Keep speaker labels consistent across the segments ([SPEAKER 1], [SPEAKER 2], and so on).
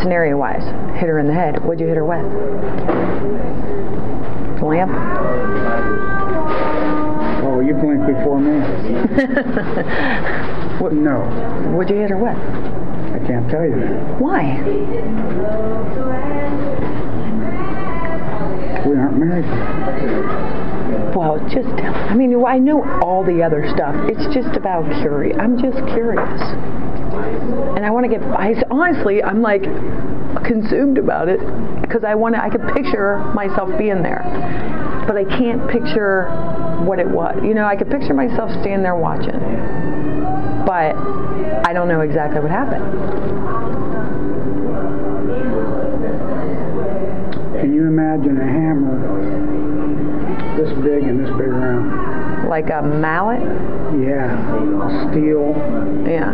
[SPEAKER 1] Scenario wise, hit her in the head. What'd you hit her with? The lamp?
[SPEAKER 2] Oh, you blinked before me? No,
[SPEAKER 1] What'd you hit her with?
[SPEAKER 2] I can't tell you that.
[SPEAKER 1] Why?
[SPEAKER 2] We aren't married.
[SPEAKER 1] Well, just, I mean, I know all the other stuff. It's just about curious. I'm just curious. And I want to get, I, honestly, I'm like consumed about it because I want to, I could picture myself being there. But I can't picture what it was. You know, I could picture myself standing there watching. But I don't know exactly what happened.
[SPEAKER 2] Can you imagine a hammer this big and this big around?
[SPEAKER 1] Like a mallet?
[SPEAKER 2] Yeah, steel.
[SPEAKER 1] Yeah.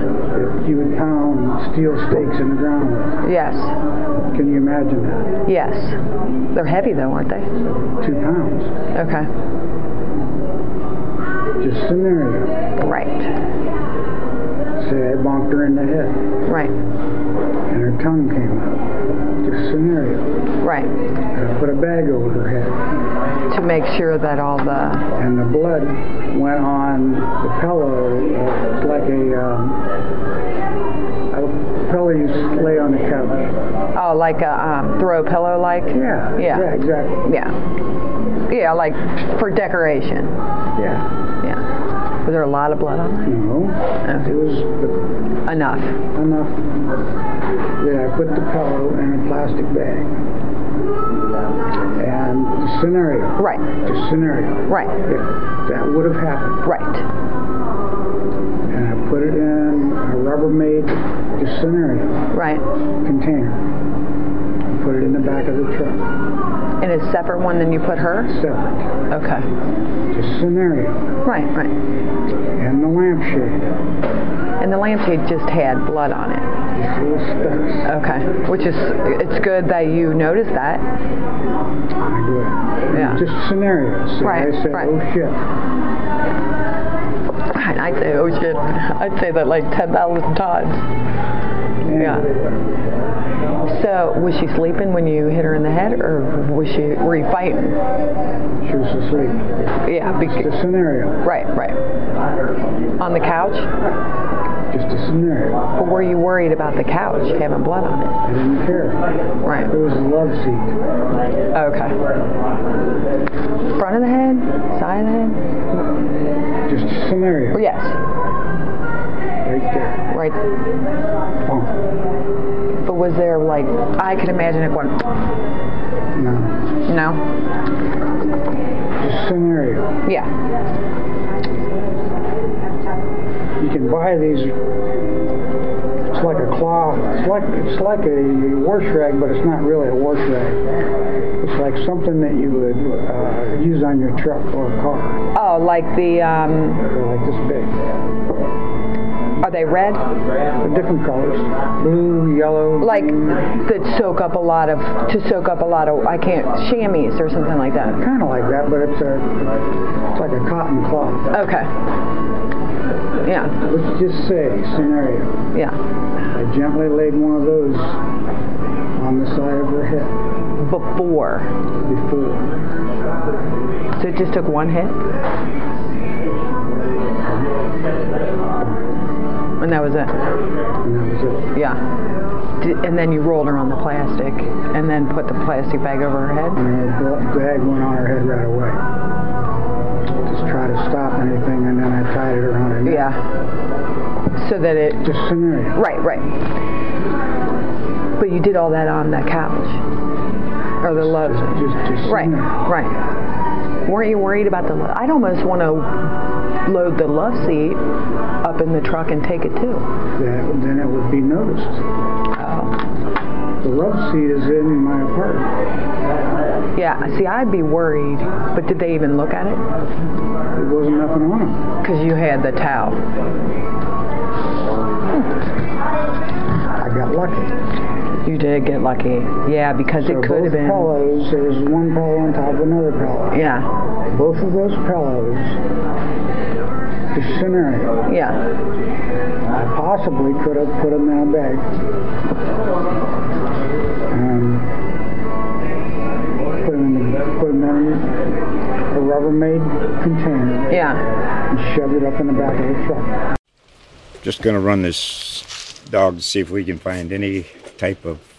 [SPEAKER 2] If you would pound steel stakes in the ground with
[SPEAKER 1] Yes.
[SPEAKER 2] it. Can you imagine that?
[SPEAKER 1] Yes. They're heavy though, aren't they?
[SPEAKER 2] Two pounds.
[SPEAKER 1] Okay.
[SPEAKER 2] Just scenario.
[SPEAKER 1] Right.
[SPEAKER 2] Say I bonked her in the head
[SPEAKER 1] Right.
[SPEAKER 2] and her tongue came out. Just scenario.
[SPEAKER 1] Right.
[SPEAKER 2] And I put a bag over her head
[SPEAKER 1] to make sure that all the
[SPEAKER 2] and the blood went on the pillow. It's like a, um, a pillow you lay on the couch.
[SPEAKER 1] oh like a um, throw pillow like
[SPEAKER 2] Yeah.
[SPEAKER 1] Yeah.
[SPEAKER 2] exactly.
[SPEAKER 1] yeah yeah like for decoration
[SPEAKER 2] Yeah.
[SPEAKER 1] yeah was there a lot of blood on
[SPEAKER 2] No. It was the-
[SPEAKER 1] there enough
[SPEAKER 2] enough that I put the pillow in a plastic bag. And the scenario.
[SPEAKER 1] right
[SPEAKER 2] The scenario.
[SPEAKER 1] right
[SPEAKER 2] If that would have happened.
[SPEAKER 1] right
[SPEAKER 2] And I put it in a Rubbermaid the scenario
[SPEAKER 1] right
[SPEAKER 2] container. and Put it in the back of the truck.
[SPEAKER 1] in a separate one than you put her
[SPEAKER 2] Separate.
[SPEAKER 1] okay
[SPEAKER 2] The scenario.
[SPEAKER 1] right right
[SPEAKER 2] And the lampshade.
[SPEAKER 1] and the lampshade just had blood on it
[SPEAKER 2] Just little specks.
[SPEAKER 1] okay which is it's good that you noticed that
[SPEAKER 2] I do it.
[SPEAKER 1] Uh, Yeah.
[SPEAKER 2] Just scenarios. So
[SPEAKER 1] Right,
[SPEAKER 2] I said,
[SPEAKER 1] right.
[SPEAKER 2] oh shit.
[SPEAKER 1] and I'd say oh shit I'd say that like 10,000 times yeah So was she sleeping when you hit her in the head, or was she were you fighting?
[SPEAKER 2] She was asleep.
[SPEAKER 1] Yeah,
[SPEAKER 2] Just
[SPEAKER 1] bec-
[SPEAKER 2] a scenario.
[SPEAKER 1] right, right. On the couch,
[SPEAKER 2] Just a scenario.
[SPEAKER 1] but were you worried about the couch having blood on
[SPEAKER 2] I didn't care.
[SPEAKER 1] it? Right.
[SPEAKER 2] It was a love seat.
[SPEAKER 1] Okay. Front of the head, side of the
[SPEAKER 2] Just a
[SPEAKER 1] head.
[SPEAKER 2] scenario.
[SPEAKER 1] Yes,
[SPEAKER 2] Right there.
[SPEAKER 1] right.
[SPEAKER 2] Boom.
[SPEAKER 1] But was there like I could imagine it going?
[SPEAKER 2] No.
[SPEAKER 1] No.
[SPEAKER 2] Just scenario.
[SPEAKER 1] Yeah.
[SPEAKER 2] You can buy these. It's like a cloth. It's like it's like a wash rag, but it's not really a wash rag. It's like something that you would uh, use on your truck or car.
[SPEAKER 1] Oh, like the um,
[SPEAKER 2] They're like this big.
[SPEAKER 1] are they red?
[SPEAKER 2] They're different colors. Blue, yellow.
[SPEAKER 1] Like
[SPEAKER 2] green.
[SPEAKER 1] that soak up a lot of to soak up a lot of I can't chamois or something like that.
[SPEAKER 2] Kind of like that, but it's a it's like a cotton cloth.
[SPEAKER 1] Okay. Yeah,
[SPEAKER 2] Let's just say scenario.
[SPEAKER 1] yeah.
[SPEAKER 2] I gently laid one of those on the side of her head
[SPEAKER 1] Before.
[SPEAKER 2] before.
[SPEAKER 1] So it just took one hit? And that was it?
[SPEAKER 2] And that was it.
[SPEAKER 1] Yeah. Did, and then you rolled her on the plastic and then put the plastic bag over her head?
[SPEAKER 2] And her bl- bag went on her head right away. Just try to stop anything, and then I tied it around her neck.
[SPEAKER 1] Yeah. So that it.
[SPEAKER 2] Just scenario.
[SPEAKER 1] Right, right. But you did all that on that couch. Or the love.
[SPEAKER 2] Just, just, just
[SPEAKER 1] Right,
[SPEAKER 2] scenario.
[SPEAKER 1] right. Weren't you worried about the? lo- I'd almost want to load the love seat up in the truck and take it too.
[SPEAKER 2] That, then it would be noticed.
[SPEAKER 1] Oh,
[SPEAKER 2] The love love seat is in my apartment.
[SPEAKER 1] Yeah, see, I'd be worried, but did they even look at it?
[SPEAKER 2] There wasn't nothing on it.
[SPEAKER 1] Because you had the towel.
[SPEAKER 2] I got lucky.
[SPEAKER 1] You did get lucky. Yeah, because
[SPEAKER 2] So
[SPEAKER 1] it could
[SPEAKER 2] both
[SPEAKER 1] have been.
[SPEAKER 2] pillows, there was one pillow on top of another pillow.
[SPEAKER 1] Yeah,
[SPEAKER 2] Both of those pillows, the scenario,
[SPEAKER 1] yeah.
[SPEAKER 2] I possibly could have put them in a bag. Um, put them in, the, put them in a Rubbermaid container
[SPEAKER 1] Yeah.
[SPEAKER 2] and shoved it up in the back of the truck.
[SPEAKER 3] Just going to run this dog to see if we can find any type of